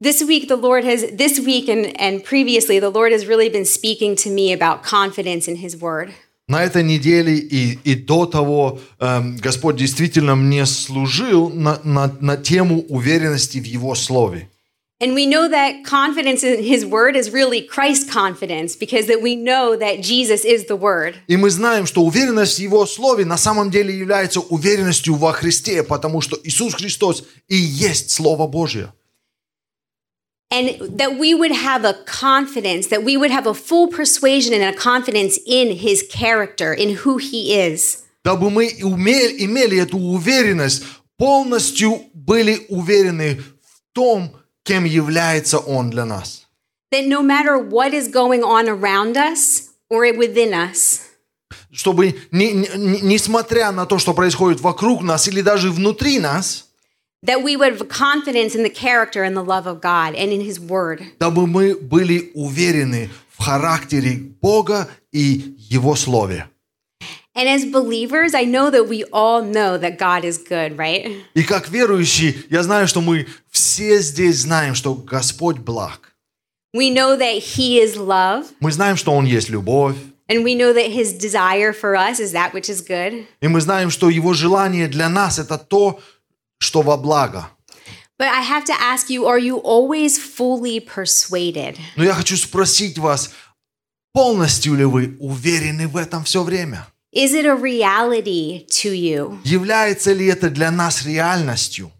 this week the lord has this week and, and previously the lord has really been speaking to me about confidence in his word На этой неделе и, и до того эм, Господь действительно мне служил на, на, на тему уверенности в Его Слове. and we know that confidence in his word is really christ confidence because that we know that jesus is the word И мы знаем, что уверенность в Его Слове на самом деле является уверенностью во Христе, потому что Иисус Христос и есть Слово Божье. and that we would have a confidence that we would have a full persuasion and a confidence in his character in who he is Дабы мы и уме- имели эту уверенность, полностью были уверены в том, кем является Он для нас. that no matter what is going on around us or within us Чтобы, не- не- не- несмотря на то, что происходит вокруг нас или даже внутри нас, that we would have confidence in the character and the love of god and in his word дабы мы были уверены в характере Бога и Его Слове. And as believers, I know that we all know that God is good, right? И как верующие, я знаю, что мы все здесь знаем, что Господь благ. We know that He is love, Мы знаем, что Он есть любовь. and we know that His desire for us is that which is good. И мы знаем, что Его желание для нас – это то, что во благо. But I have to ask you are you always fully persuaded? Но я хочу спросить вас, полностью ли вы уверены в этом все время? Is it a reality to you? Является ли это для нас реальностью?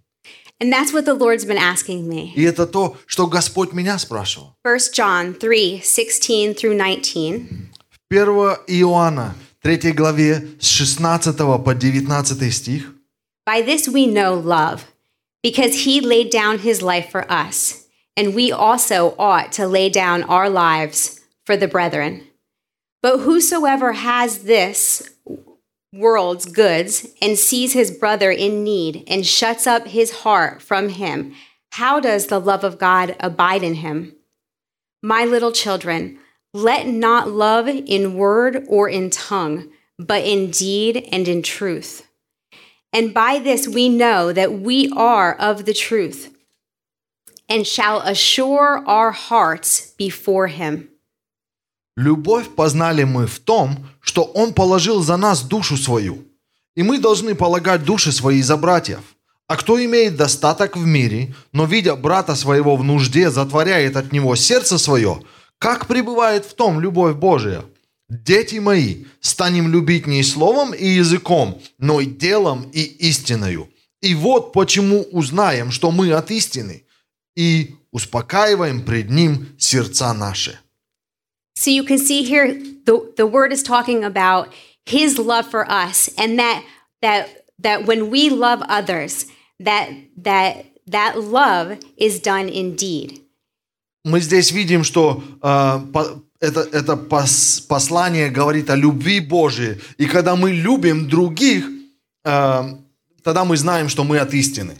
And that's what the Lord's been asking me. И это то, что Господь меня спрашивал. 1 John 3 16 through 19. 1 Иоанна, 3 главе, с 16 по 19 стих. By this we know love, because He laid down His life for us, and we also ought to lay down our lives for the brethren. But whosoever has this world's goods and sees his brother in need and shuts up his heart from him, how does the love of God abide in him? My little children, let not love in word or in tongue, but in deed and in truth. And by this we know that we are of the truth and shall assure our hearts before him. Любовь познали мы в том, что Он положил за нас душу свою. И мы должны полагать души свои за братьев. А кто имеет достаток в мире, но, видя брата своего в нужде, затворяет от него сердце свое, как пребывает в том любовь Божия? Дети мои, станем любить не словом и языком, но и делом и истиною. И вот почему узнаем, что мы от истины, и успокаиваем пред Ним сердца наши. So you can see here the, the word is talking about his love for us and that that that when we love others that that that love is done indeed. мы здесь видим, что э, по- это, это пос- послание говорит о любви Божией. И когда мы любим других, э, тогда мы знаем, что мы от истины.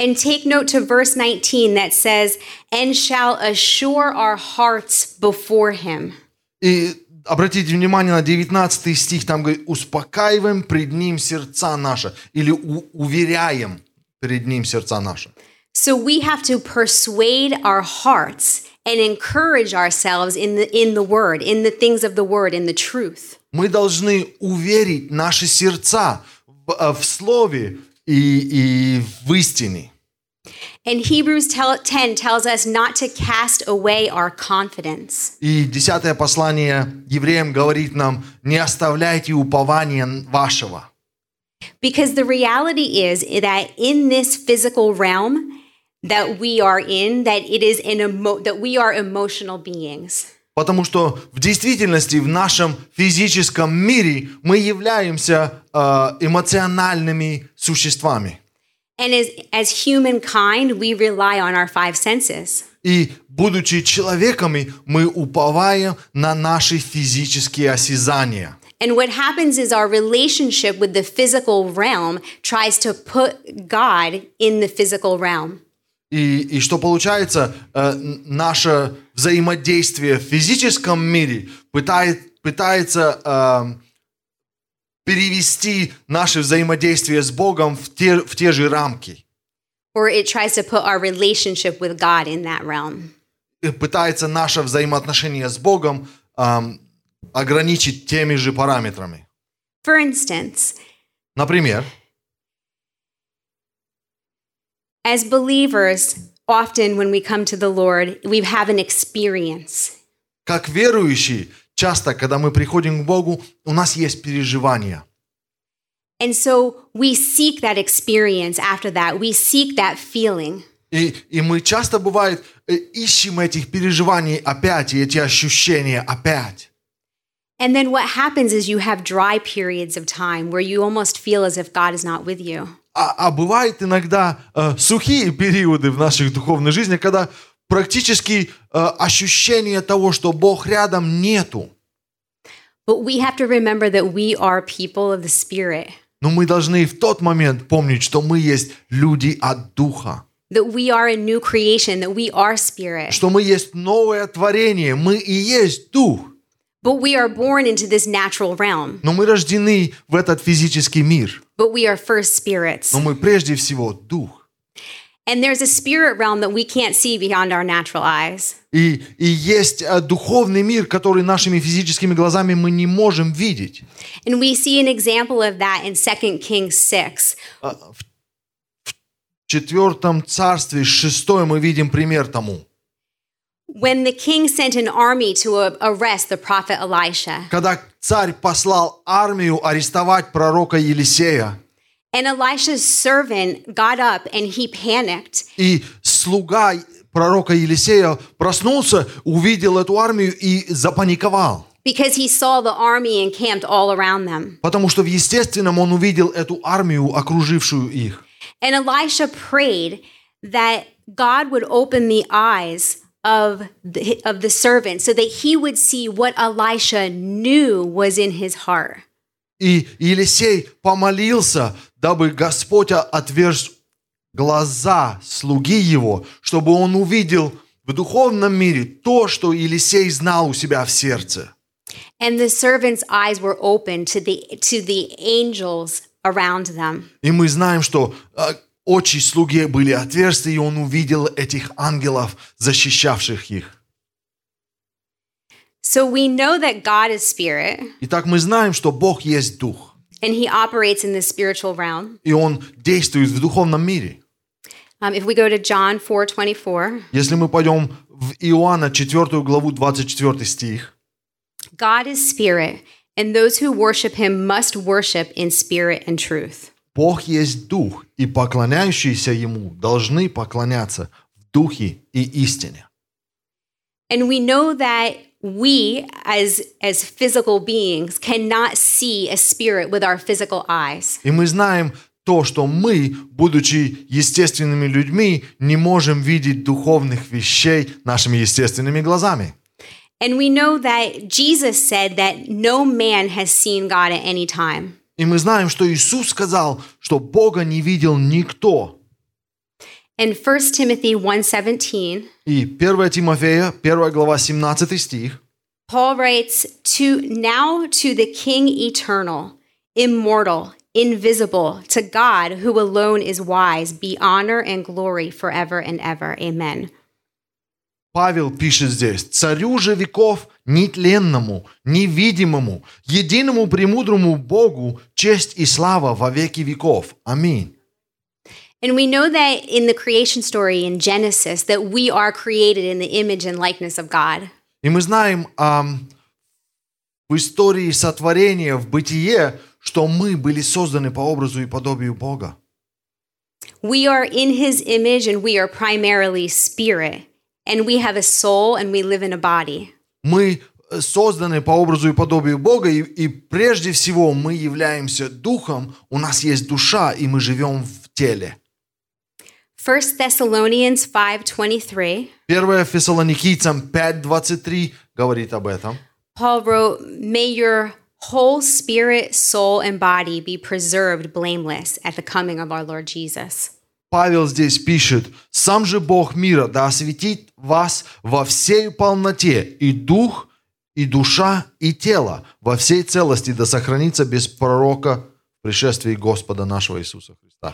And take note to verse 19 that says and shall assure our hearts before him. И обратите внимание на 19 стих, там говорит, успокаиваем пред ним сердца наши, или у- уверяем пред ним сердца наши. So we have to persuade our hearts and encourage ourselves in the in the word, in the things of the word, in the truth. Мы должны уверить наши сердца в, э, в слове и, и в истине. And Hebrews tell, 10 tells us not to cast away our confidence. И десятое послание евреям говорит нам, не оставляйте упования вашего. Because the reality is that in this physical realm that we are in, that it is an emo- that we are emotional beings. Потому что в действительности в нашем физическом мире мы являемся э, эмоциональными существами. And as, as humankind, we rely on our five senses. И будучи человеками, мы уповаем на наши физические осязания. And what happens is our relationship with the physical realm tries to put God in the physical realm. И, и что получается, э, н- наше взаимодействие в физическом мире пытает, пытается эм, перевести наше взаимодействие с Богом в те, в те же рамки. or it tries to put our relationship with God in that realm. И пытается наше взаимоотношение с Богом ам, ограничить теми же параметрами. For instance, Например, as believers, often when we come to the Lord, we have an experience. как верующие, часто, когда мы приходим к Богу, у нас есть переживания. And so we seek that experience after that. We seek that feeling. И, и мы часто, бывает, э, ищем этих переживаний опять, и эти ощущения опять. And then what happens is you have dry periods of time where you almost feel as if God is not with you. А, а бывают иногда э, сухие периоды в нашей духовной жизни, когда практически э, ощущения того, что Бог рядом, нету. But we have to remember that we are people of the Spirit, Но мы должны в тот момент помнить, что мы есть люди от Духа, that we are a new creation, that we are Spirit. что мы есть новое творение, мы и есть Дух, But we are born into this natural realm, но мы рождены в этот физический мир, but we are first spirits. но мы прежде всего Дух. And there's a spirit realm that we can't see beyond our natural eyes. И, и есть э, духовный мир, который нашими физическими глазами мы не можем видеть. And we see an example of that in 2 Kings 6, А, В, в четвертом царстве, шестой, мы видим пример тому. when the king sent an army to uh, arrest the prophet Elisha. Когда царь послал армию арестовать пророка Елисея, And Elisha's servant got up and he panicked. и слуга пророка Елисея проснулся, увидел эту армию и запаниковал. because he saw the army encamped all around them. Потому что в естественном он увидел эту армию, окружившую их. And Elisha prayed that God would open the eyes of the, of the servant so that he would see what Elisha knew was in his heart. И Елисей помолился, дабы Господь отверз глаза слуги его, чтобы он увидел в духовном мире то, что Елисей знал у себя в сердце. And the servant's eyes were opened to the to the angels around them. И мы знаем, что э, очи слуги были отверстия, и он увидел этих ангелов, защищавших их. So we know that God is spirit Итак, мы знаем, что Бог есть Дух, and he operates in the spiritual realm. и Он действует в духовном мире. Um, if we go to John 4:24, Если мы пойдем в Иоанна 4 главу 24 стих, God is spirit, and those who worship him must worship in spirit and truth. Бог есть Дух, и поклоняющиеся Ему должны поклоняться в Духе и истине. And we know that we as as physical beings cannot see a spirit with our physical eyes. И мы знаем то, что мы, будучи естественными людьми, не можем видеть духовных вещей нашими естественными глазами. And we know that Jesus said that no man has seen God at any time. И мы знаем, что Иисус сказал, что Бога не видел никто. And 1 Timothy 1:17, И 1 Тимофея, 1 глава, 17 стих. Paul writes, "To now to the king eternal, immortal, invisible, to God who alone is wise, be honor and glory forever and ever. Amen." Павел пишет здесь, «Царю же веков, нетленному, невидимому, единому премудрому Богу честь и слава во веки веков. Аминь». And we know that in the creation story in Genesis that we are created in the image and likeness of God. И мы знаем ам, в истории сотворения, в бытие, что мы были созданы по образу и подобию Бога. We are in his image and we are primarily spirit. And we have a soul and we live in a body. Мы э, созданы по образу и подобию Бога, и, и прежде всего мы являемся духом, у нас есть душа, и мы живем в теле. 1 Thessalonians 5:23, 1 Фессалоникийцам 5.23 говорит об этом. Paul wrote, "May your whole spirit, soul and body be preserved blameless at the coming of our Lord Jesus." Павел здесь пишет, «Сам же Бог мира да осветит вас во всей полноте, и дух, и душа, и тело, во всей целости да сохранится без пророка в пришествии Господа нашего Иисуса Христа».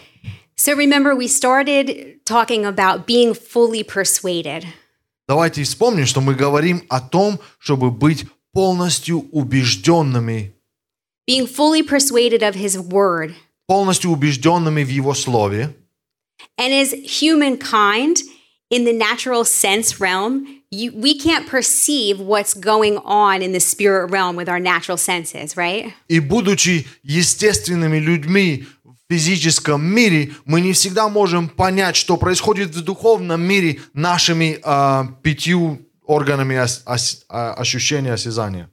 So remember, we started talking about being fully persuaded. Давайте вспомним, что мы говорим о том, чтобы быть полностью убежденными, being fully persuaded of his word. полностью убежденными в Его Слове. And as humankind, in the natural sense realm, you, we can't perceive what's going on in the spirit realm with our natural senses, right? И будучи естественными людьми в физическом мире, мы не всегда можем понять, что происходит в духовном мире нашими а, пятью органами ос- ос- а, ощущения, осязания.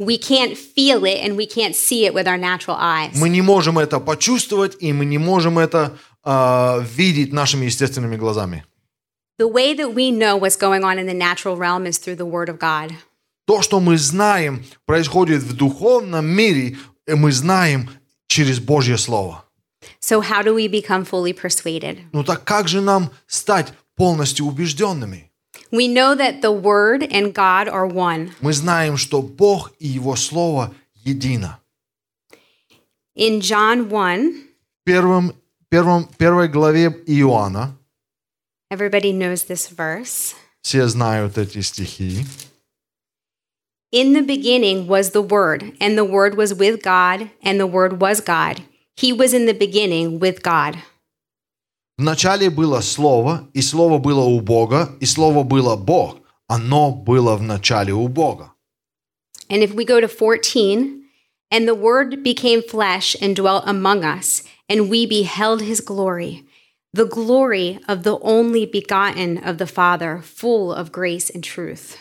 We can't feel it and we can't see it with our natural eyes. Мы не можем это почувствовать, и мы не можем это а, видеть нашими естественными глазами. the way that we know what's going on in the natural realm is through the word of God. То, что мы знаем, происходит в духовном мире, и мы знаем через Божье Слово. So, how do we become fully persuaded? Ну так как же нам стать полностью убежденными? We know that the word and God are one. Мы знаем, что Бог и Его Слово едино. In John 1, В первом, первом, первой главе Иоанна, everybody knows this verse. все знают эти стихи, In the beginning was the Word, and the Word was with God, and the Word was God. He was in the beginning with God. «Вначале было Слово, и Слово было у Бога, и Слово было Бог. Оно было в начале у Бога». And if we go to 14, and the Word became flesh and dwelt among us, and we beheld his glory, the glory of the only begotten of the Father, full of grace and truth.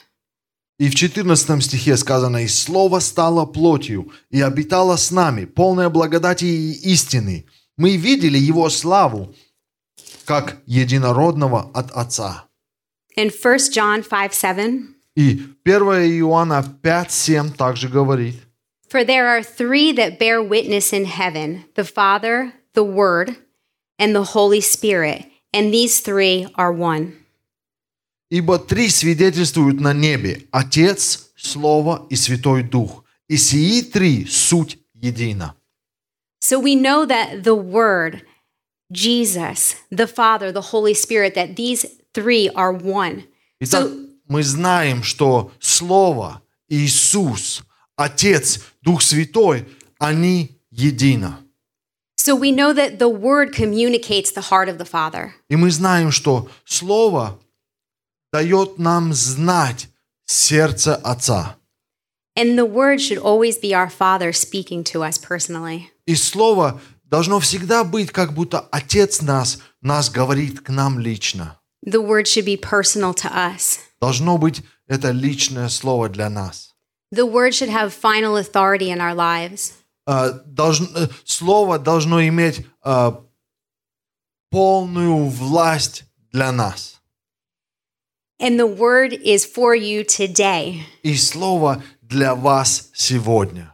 И в 14 стихе сказано, «И Слово стало плотью, и обитало с нами, полное благодати и истины. Мы видели Его славу, как единородного от Отца». And 1 John 5 7, И 1 Иоанна 5.7 также говорит, For there are three that bear witness in heaven the Father, the Word, and the Holy Spirit, and these three are one. «Ибо три свидетельствуют на небе – Отец, Слово и Святой Дух, и сии три – суть едина». So we know that the Word, Jesus, the Father, the Holy Spirit, that these three are one. Итак, мы знаем, что Слово, Иисус, Отец, Дух Святой, они едино. So we know that the Word communicates the heart of the Father. И мы знаем, что Слово дает нам знать сердце Отца. And the Word should always be our Father speaking to us personally. И Слово должно всегда быть, как будто Отец нас, нас говорит к нам лично. The Word should be personal to us. Должно быть это личное Слово для нас. The Word should have final authority in our lives. Э, должн- э, слово должно иметь э, полную власть для нас. And the Word is for you today. И Слово для вас сегодня.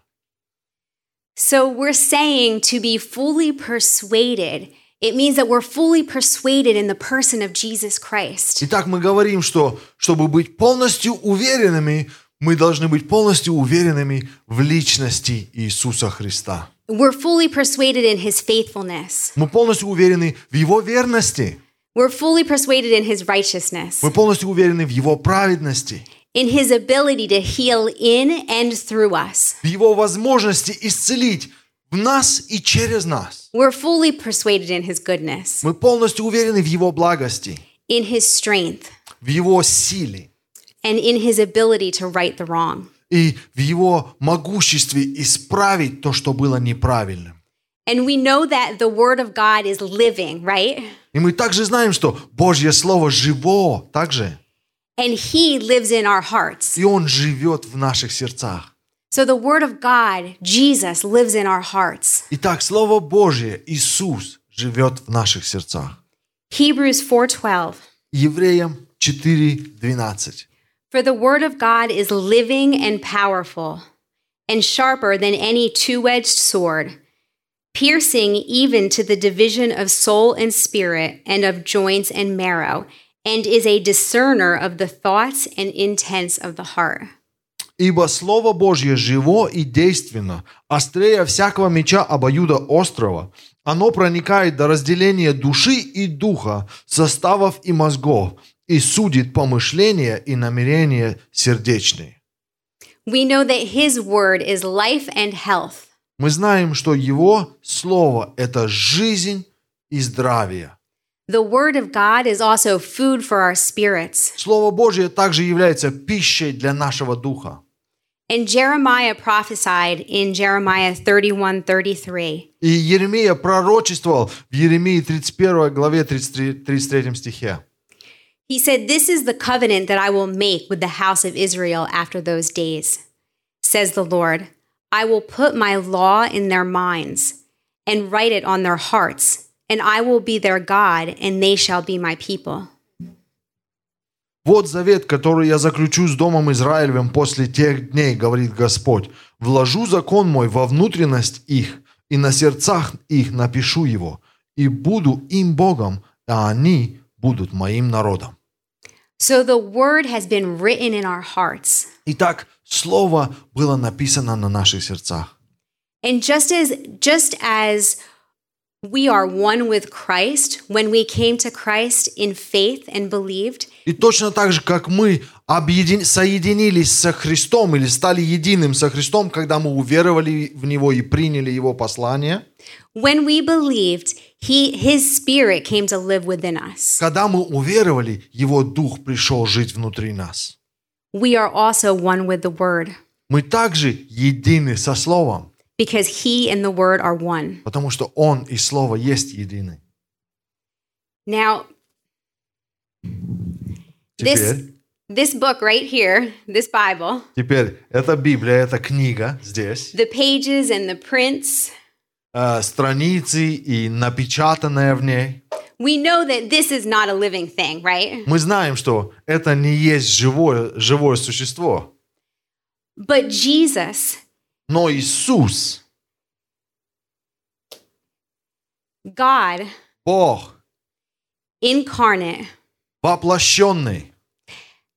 So we're saying to be fully persuaded. It means that we're fully persuaded in the person of Jesus Christ. Итак, мы говорим, что чтобы быть полностью уверенными, мы должны быть полностью уверенными в личности Иисуса Христа. We're fully persuaded in his faithfulness. Мы полностью уверены в Его верности. We're fully persuaded in his righteousness, Мы полностью уверены в Его праведности, in his ability to heal in and through us. в Его возможности исцелить в нас и через нас. We're fully persuaded in his goodness, Мы полностью уверены в Его благости, in his strength, в Его силе and in his ability to right the wrong. и в Его могуществе исправить то, что было неправильным. And we know that the word of God is living, right? И мы также знаем, что Божье Слово живо также, And he lives in our hearts. и Он живет в наших сердцах. So the Word of God, Jesus, lives in our hearts. Итак, Слово Божье, Иисус, живет в наших сердцах. Hebrews 4:12. Евреям 4.12. For the Word of God is living and powerful, and sharper than any two-edged sword, piercing even to the division of soul and spirit and of joints and marrow, and is a discerner of the thoughts and intents of the heart. «Ибо Слово Божье живо и действенно, острее всякого меча обоюда острова, Оно проникает до разделения души и духа, составов и мозгов, и судит помышления и намерения сердечные. We know that His word is life and health. Мы знаем, что Его Слово – это жизнь и здравие. The word of God is also food for our spirits. Слово Божье также является пищей для нашего духа. And Jeremiah prophesied in Jeremiah 31 33. И Еремия пророчествовал в Еремии 31 главе 33, 33 стихе. He said, This is the covenant that I will make with the house of Israel after those days, says the Lord. I will put my law in their minds and write it on their hearts, and I will be their God, and they shall be my people. «Вот завет, который я заключу с Домом Израилевым после тех дней, — говорит Господь, — вложу закон мой во внутренность их, и на сердцах их напишу его, и буду им Богом, а они будут моим народом». So the word has been written in our hearts. Итак, Слово было написано на наших сердцах. And just as just as we are one with Christ when we came to Christ in faith and believed, И точно так же, как мы объедин- соединились со Христом или стали единым со Христом, когда мы уверовали в Него и приняли Его послание, when we believed, he his spirit came to live within us. когда мы уверовали, Его Дух пришел жить внутри нас. We are also one with the word Мы также едины со Словом, because he and the word are one. потому что Он и Слово есть едины. Now, this Теперь, this book right here, this Bible, теперь это Библия, это книга здесь, the pages and the prints, э, страницы и напечатанное в ней. we know that this is not a living thing, right? Мы знаем, что это не есть живое, живое существо, But Jesus, но Иисус – God Бог incarnate, воплощенный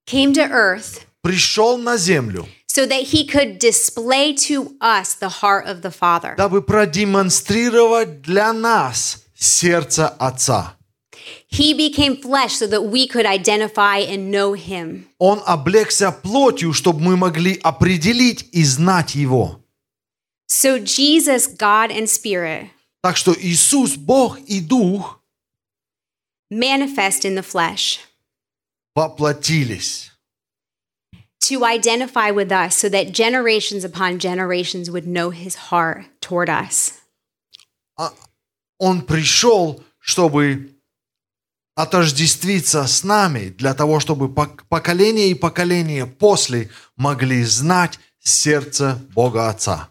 came to earth пришел на землю, so that he could display to us the heart of the Father. дабы продемонстрировать для нас сердце Отца. He became flesh so that we could identify and know him. Он облегся плотью, чтобы мы могли определить и знать Его. So, Jesus, God and Spirit, Так что Иисус, Бог и Дух manifest in the flesh воплотились, to identify with us so that generations upon generations would know his heart toward us. Он пришел, чтобы отождествиться с нами, для того, чтобы пок- поколение и поколение после могли знать сердце Бога Отца.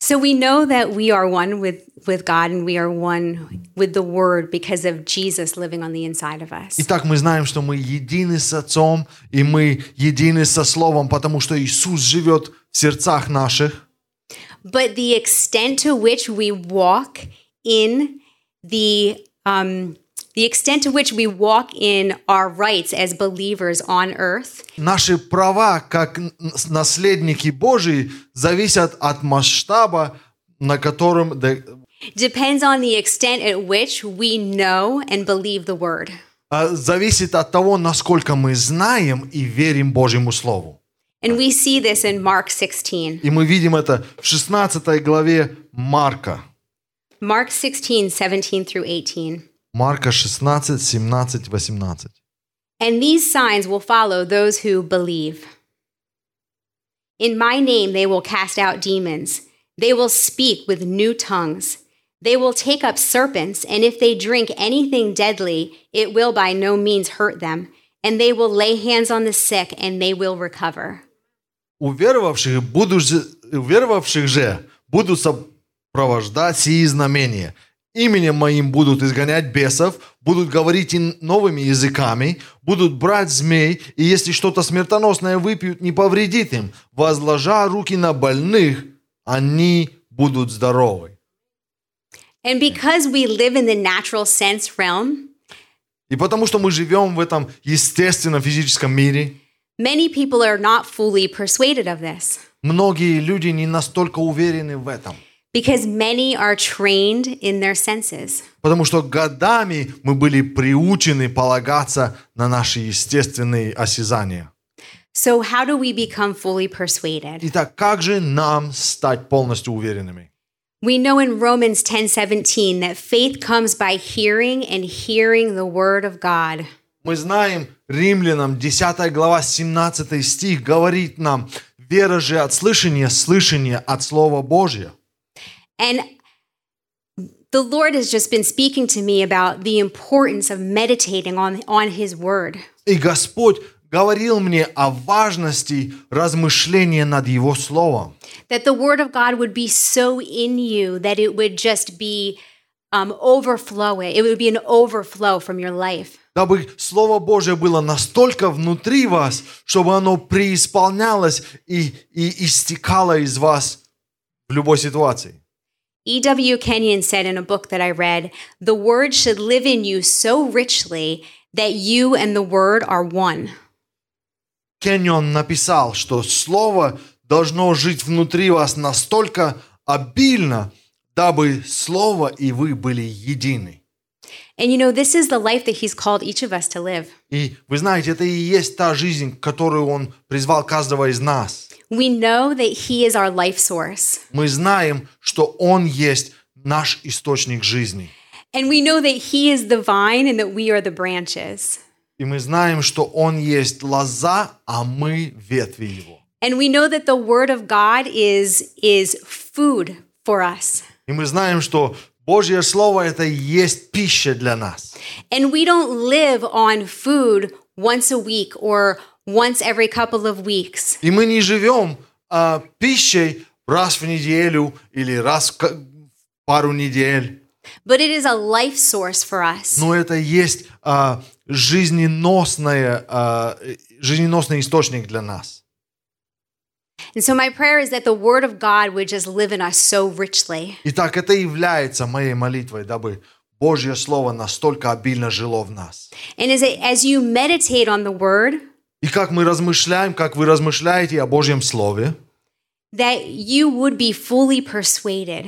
So, we know that we are one with, with God and we are one with the Word because of Jesus living on the inside of us. Итак, мы знаем, что мы едины с Отцом, и мы едины со Словом, потому что Иисус живет в сердцах наших. but the extent to which we walk in the um, the extent to which we walk in our rights as believers on earth Наши права, как н- с- наследники Божии, зависят от масштаба, на котором... да, depends on the extent at which we know and believe the word а, Зависит от того, насколько мы знаем и верим Божьему Слову. and we see this in mark 16 И мы видим это в 16 главе Марка. mark 16 17 through 18 Марка 16, 17, 18. and these signs will follow those who believe In my name they will cast out demons. They will speak with new tongues. They will take up serpents, and if they drink anything deadly, it will by no means hurt them. And they will lay hands on the sick, and they will recover. уверовавших, буду же, уверовавших же будут сопровождать сии знамения. Именем моим будут изгонять бесов, будут говорить им новыми языками, будут брать змей, и если что-то смертоносное выпьют, не повредит им. Возложа руки на больных, они будут здоровы. And because we live in the natural sense realm, И потому что мы живем в этом естественном физическом мире, many people are not fully persuaded of this многие люди не настолько уверены в этом. because many are trained in their senses. Потому что годами мы были приучены полагаться на наши естественные осязания. So, how do we become fully persuaded? Итак, как же нам стать полностью уверенными? We know in Romans 10 17 that faith comes by hearing and hearing the word of God. Мы знаем, римлянам 10 глава 17 стих говорит нам, вера же от слышания, слышание от Слова Божьего. And the Lord has just been speaking to me about the importance of meditating on, on his word. И Господь говорил мне о важности размышления над Его Словом. That the word of God would be so in you that it would just be um, overflowing. It would be an overflow from your life. дабы Слово Божье было настолько внутри вас, чтобы оно преисполнялось и, и истекало из вас в любой ситуации. E.W. E Kenyon said in a book that I read, the word should live in you so richly that you and the word are one. Кенyon написал, что Слово должно жить внутри вас настолько обильно, дабы Слово и вы были едины. And you know, this is the life that he's called each of us to live. И вы знаете, это и есть та жизнь, к которой Он призвал каждого из нас. We know that he is our life source. Мы знаем, что Он есть наш источник жизни. And we know that He is the vine and that we are the branches. И мы знаем, что Он есть лоза, а мы ветви Его. And we know that the Word of God is, is food for us. И мы знаем, что Божье Слово – это и есть пища для нас. And we don't live on food once a week or once every couple of weeks. И мы не живем а, пищей раз в неделю или раз в к- пару недель, But it is a life source for us. но это и есть а, жизненосное, а, э, жизненосный источник для нас. And so my prayer is that the Word of God would just live in us so richly. Итак, это и является моей молитвой, дабы Божье Слово настолько обильно жило в нас. And as, it, as you meditate on the Word, И как мы размышляем, как вы размышляете о Божьем Слове, that you would be fully persuaded,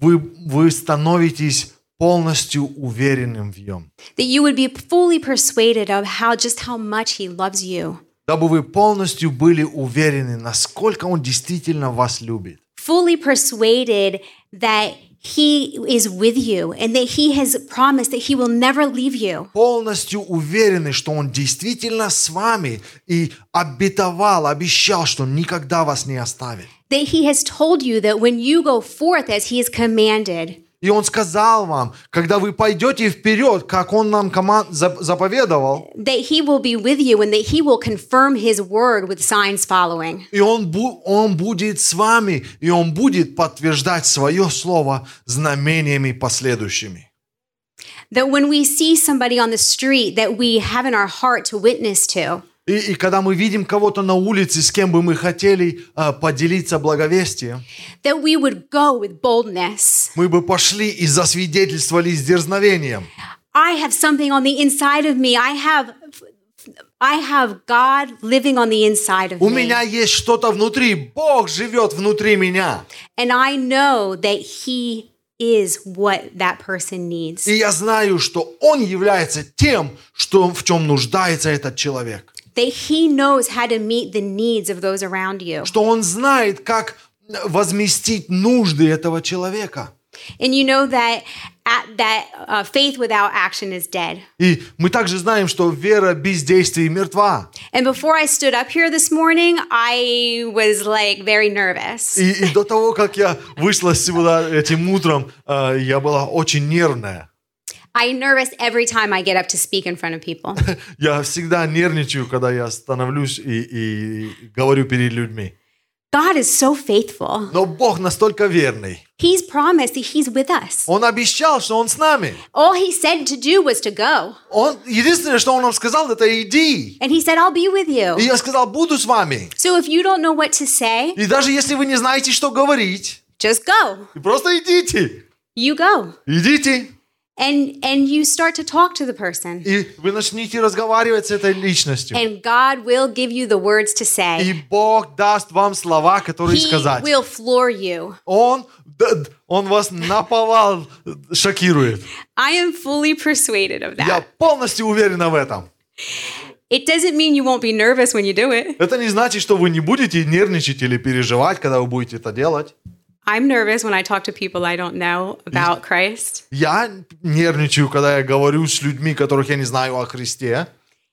вы, вы становитесь полностью уверенным в Нем, that you would be fully persuaded of how just how much He loves you. дабы вы полностью были уверены, насколько Он действительно вас любит, fully persuaded that he is with you and that he has promised that he will never leave you. полностью уверены, что Он действительно с вами и обетовал, обещал, что никогда вас не оставит. That he has told you that when you go forth as he has commanded, И Он сказал вам, когда вы пойдете вперед, как Он нам коман- зап- заповедовал, that he will be with you and that he will confirm his word with signs following. И он, бу- он будет с вами, и Он будет подтверждать свое слово знамениями последующими. That when we see somebody on the street that we have in our heart to witness to, И, и когда мы видим кого-то на улице, с кем бы мы хотели э, поделиться благовестием, that we would go with boldness. мы бы пошли и засвидетельствовали с дерзновением. I have something on the inside of me. I have I have God living on the inside of У me. меня есть что-то внутри, Бог живет внутри меня. And I know that He is what that person needs. И я знаю, что Он является тем, что, в чем нуждается этот человек. That He knows how to meet the needs of those around you. Что Он знает, как возместить нужды этого человека. And you know that at, that uh, faith without action is dead. И мы также знаем, что вера без действий мертва. And before I stood up here this morning, I was like very nervous. И, и до того, как я вышла сюда этим утром, э, я была очень нервная. I'm nervous every time I get up to speak in front of people. Я всегда нервничаю, когда я становлюсь и, и говорю перед людьми. God is so faithful. Но Бог настолько верный. He's promised that He's with us. Он обещал, что Он с нами. All He said to do was to go. Он, единственное, что Он нам сказал, это иди. And He said, I'll be with И you. я сказал, буду с вами. So if you don't know what to say, И даже если вы не знаете, что говорить, just go. просто идите. you go Идите. and and you start to talk to the person И вы начните разговаривать с этой личностью. and god will give you the words to И say Бог даст вам слова, которые he сказать. will floor you Он д- он вас наповал шокирует. I am fully persuaded of that. Я полностью уверена в этом. It doesn't mean you won't be nervous when you do it. Это не значит, что вы не будете нервничать или переживать, когда вы будете это делать. I'm nervous when I talk to people I don't know about Christ. Я нервничаю, когда я говорю с людьми, которых я не знаю о Христе.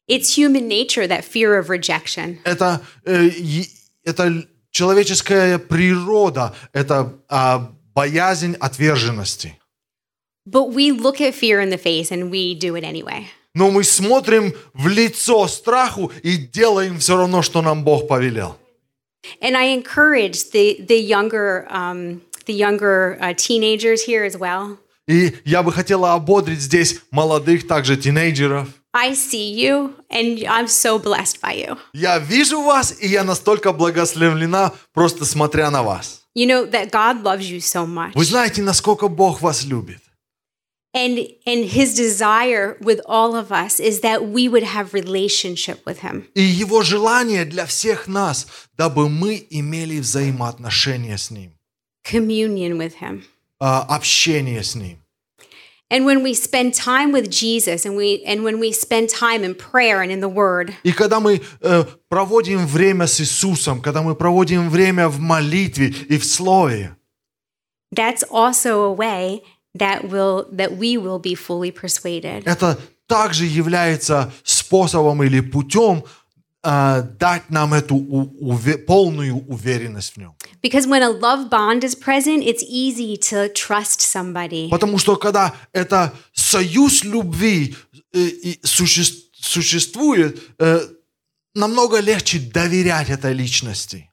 It's human nature, that fear of rejection. Это, э, е- это человеческая природа, это а, боязнь отверженности. But we look at fear in the face and we do it anyway. Но мы смотрим в лицо страху и делаем все равно, что нам Бог повелел. And I encourage the, the younger, um, the younger uh, teenagers here as well. И я бы хотела ободрить здесь молодых, также тинейджеров. I see you and I'm so blessed by you. Я вижу вас, и я настолько благословлена, просто смотря на вас. You know that God loves you so much. Вы знаете, насколько Бог вас любит. And and his desire with all of us is that we would have relationship with him. И Его желание для всех нас, дабы мы имели взаимоотношения с Ним, communion with him. а, общение с Ним. And when we spend time with Jesus and we and when we spend time in prayer and in the word, И когда мы э, проводим время с Иисусом, когда мы проводим время в молитве и в Слове, that's also a way that will that we will be fully persuaded. это также является способом или путем э, дать нам эту у- уве- полную уверенность в Нем. Because when a love bond is present, it's easy to trust somebody. Потому что когда это союз любви э, и суще- существует, э, намного легче доверять этой личности.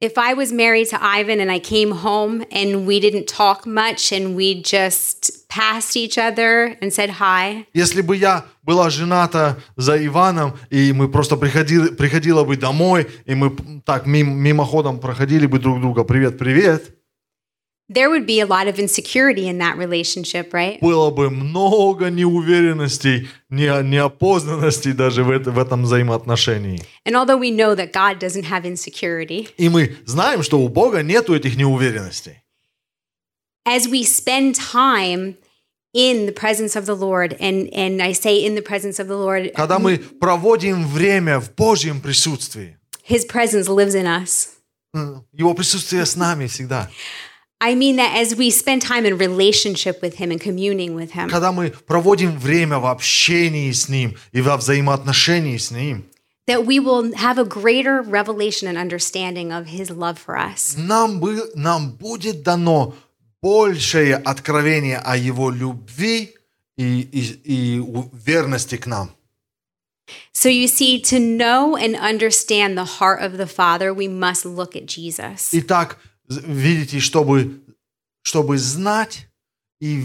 If I was married to Ivan and I came home and we didn't talk much and we just passed each other and said hi, Если бы я была жената за Иваном, и мы просто приходили, приходила бы домой, и мы п- так мим- мимоходом проходили бы друг друга «Привет, привет», there would be a lot of insecurity in that relationship, right? было бы много неуверенностей, не- неопознанностей даже в, это- в этом взаимоотношении. And although we know that God doesn't have insecurity, И мы знаем, что у Бога нету этих неуверенностей. as we spend time in the presence of the Lord, and, and I say in the presence of the Lord, когда мы проводим время в Божьем присутствии, His presence lives in us. м, Его присутствие с нами всегда. I mean that as we spend time in relationship with Him and communing with Him, Когда мы проводим время в общении с Ним и во взаимоотношении с Ним, that we will have a greater revelation and understanding of His love for us. нам, бы, нам будет дано большее откровение о Его любви и, и- и у- верности к нам. So you see, to know and understand the heart of the Father, we must look at Jesus. Итак, з- видите, чтобы, чтобы знать и,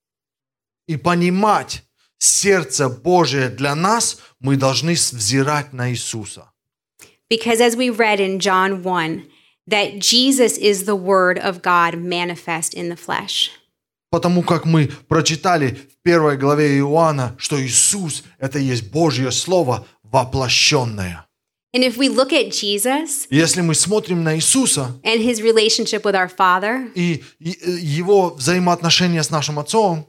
в- и понимать сердце Божие для нас, мы должны с- взирать на Иисуса. Because as we read in John 1, that Jesus is the Word of God manifest in the flesh. Потому как мы прочитали в первой главе Иоанна, что Иисус – это и есть Божье Слово воплощенное. And if we look at Jesus И Если мы смотрим на Иисуса and his relationship with our Father, и и, э, Его взаимоотношения с нашим Отцом,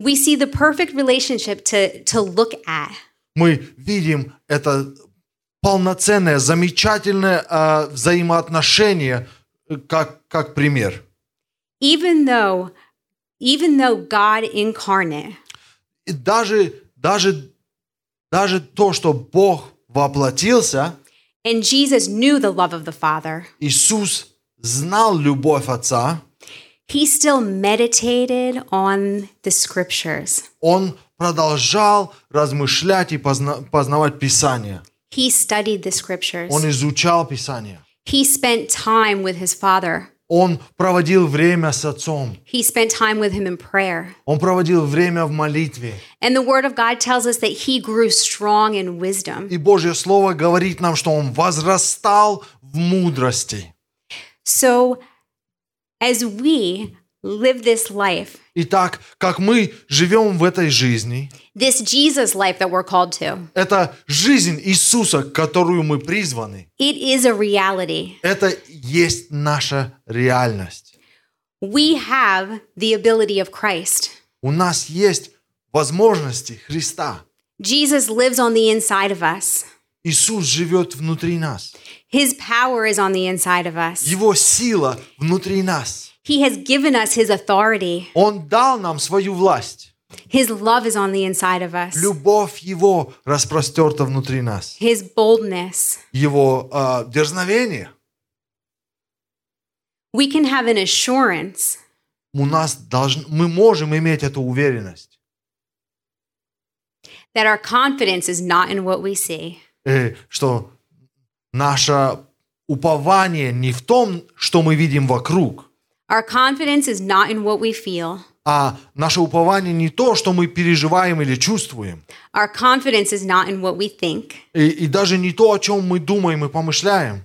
we see the perfect relationship to, to look at. мы видим это полноценное, замечательное э, взаимоотношение э, как, как пример. Even though, even though God incarnate И даже, даже, даже то, что Бог воплотился, and Jesus knew the love of the Father, Иисус знал любовь Отца, he still meditated on the scriptures. Он продолжал размышлять и позна- познавать Писание. He studied the scriptures. Он изучал Писание. He spent time with his Father. Он проводил время с Отцом. He spent time with him in prayer. Он проводил время в молитве. And the Word of God tells us that he grew strong in wisdom. И Божье Слово говорит нам, что Он возрастал в мудрости. So, as we live this life, Итак, как мы живем в этой жизни, this Jesus life that we're called to, это жизнь Иисуса, к которую мы призваны, it is a reality. это есть наша реальность. We have the ability of Christ. У нас есть возможности Христа. Jesus lives on the inside of us. Иисус живет внутри нас. His power is on the inside of us. Его сила внутри нас. He has given us his authority. Он дал нам свою власть. His love is on the inside of us. Любовь Его распростерта внутри нас. His boldness. Его а, дерзновение. We can have an assurance У нас должен, мы можем иметь эту уверенность. that our confidence is not in what we see, э, что наше упование не в том, что мы видим вокруг, our confidence is not in what we feel, а наше упование не то, что мы переживаем или чувствуем, our confidence is not in what we think. и, и даже не то, о чем мы думаем и помышляем,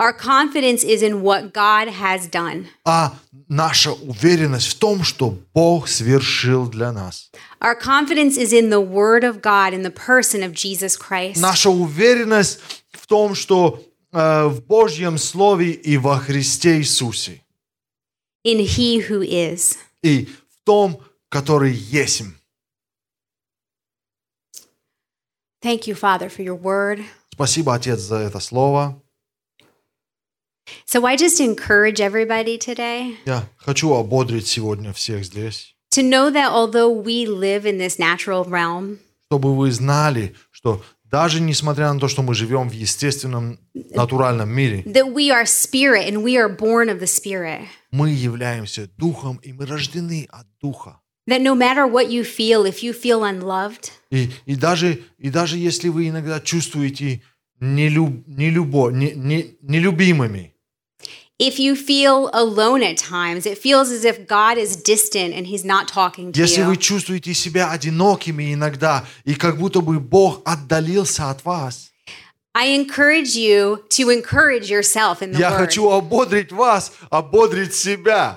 Our confidence is in what God has done. а наша уверенность в том, что Бог свершил для нас. Our confidence is in the Word of God in the person of Jesus Christ. Наша уверенность в том, что э, в Божьем Слове и во Христе Иисусе, in He who is. и в том, который есть. Thank you, Father, for your Word. Спасибо, Отец, за это слово. So I just encourage everybody today Я хочу ободрить сегодня всех здесь, to know that although we live in this natural realm, чтобы вы знали, что даже несмотря на то, что мы живем в естественном, натуральном мире, that we are spirit and we are born of the spirit. мы являемся Духом, и мы рождены от Духа. That no matter what you feel, if you feel unloved, И, и, даже, и даже если вы иногда чувствуете нелю- нелюбо- не- не- нелюбимыми, if you feel alone at times, it feels as if God is distant and He's not talking to если you. вы чувствуете себя одинокими иногда, и как будто бы Бог отдалился от вас, I encourage you to encourage yourself in the я Word хочу ободрить вас, ободрить себя,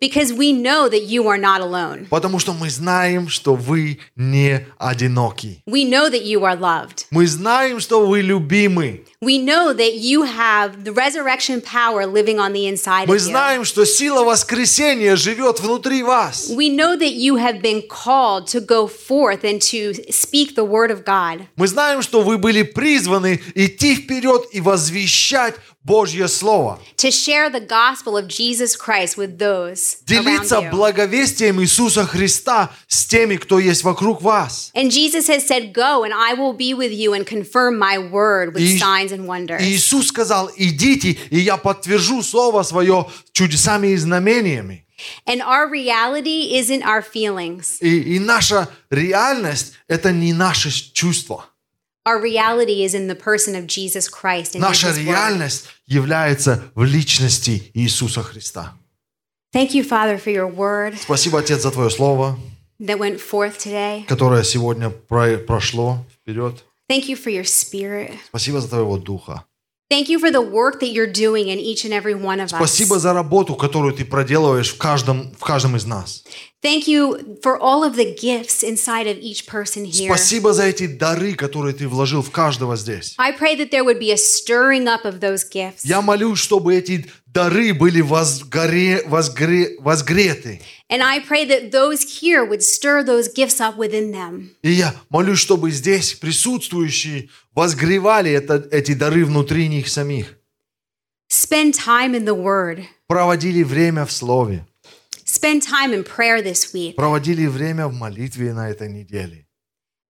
because we know that you are not alone. потому что мы знаем, что вы не одиноки. We know that you are loved. Мы знаем, что вы любимы. We know that you have the resurrection power living on the inside Мы of you. знаем, что сила воскресения живет внутри вас. We know that you have been called to go forth and to speak the word of God. Мы знаем, что вы были призваны идти вперед и возвещать Божье Слово, to share the gospel of Jesus Christ with those делиться around you. благовестием Иисуса Христа с теми, кто есть вокруг вас. And Jesus has said, Go and I will be with you and confirm my word with И- signs and wonders. И Иисус сказал, идите, и я подтвержу Слово Свое чудесами и знамениями. and our reality isn't our feelings, И, и наша реальность – это не наши чувства. our reality is in the person of Jesus Christ. And in Наша his word. реальность является в личности Иисуса Христа. Thank you, Father, for your word Спасибо, Отец, за Твое Слово, that went forth today. которое сегодня про- прошло вперед. Thank you for your spirit. Спасибо за Твоего Духа. Thank you for the work that you're doing in each and every one of Спасибо us. за работу, которую ты проделываешь в каждом, в каждом из нас. Thank you for all of the gifts inside of each person here. Спасибо за эти дары, которые ты вложил в каждого здесь. I pray that there would be a stirring up of those gifts Я молюсь, чтобы эти дары были возгоре, возгре- возгреты. and I pray that those here would stir those gifts up within them. И я молюсь, чтобы здесь присутствующие возгревали это- эти дары внутри них самих. Spend time in the Word, Проводили время в Слове. spend time in prayer this week. Проводили время в молитве на этой неделе.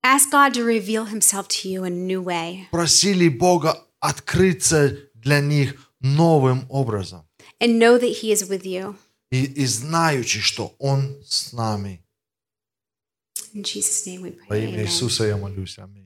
Ask God to reveal Himself to you in a new way Просили Бога открыться для них новым образом. and know that He is with you. и, и знаючи, что Он с нами. In Jesus' name we Во pray. имя Amen. Иисуса я молюсь. Аминь.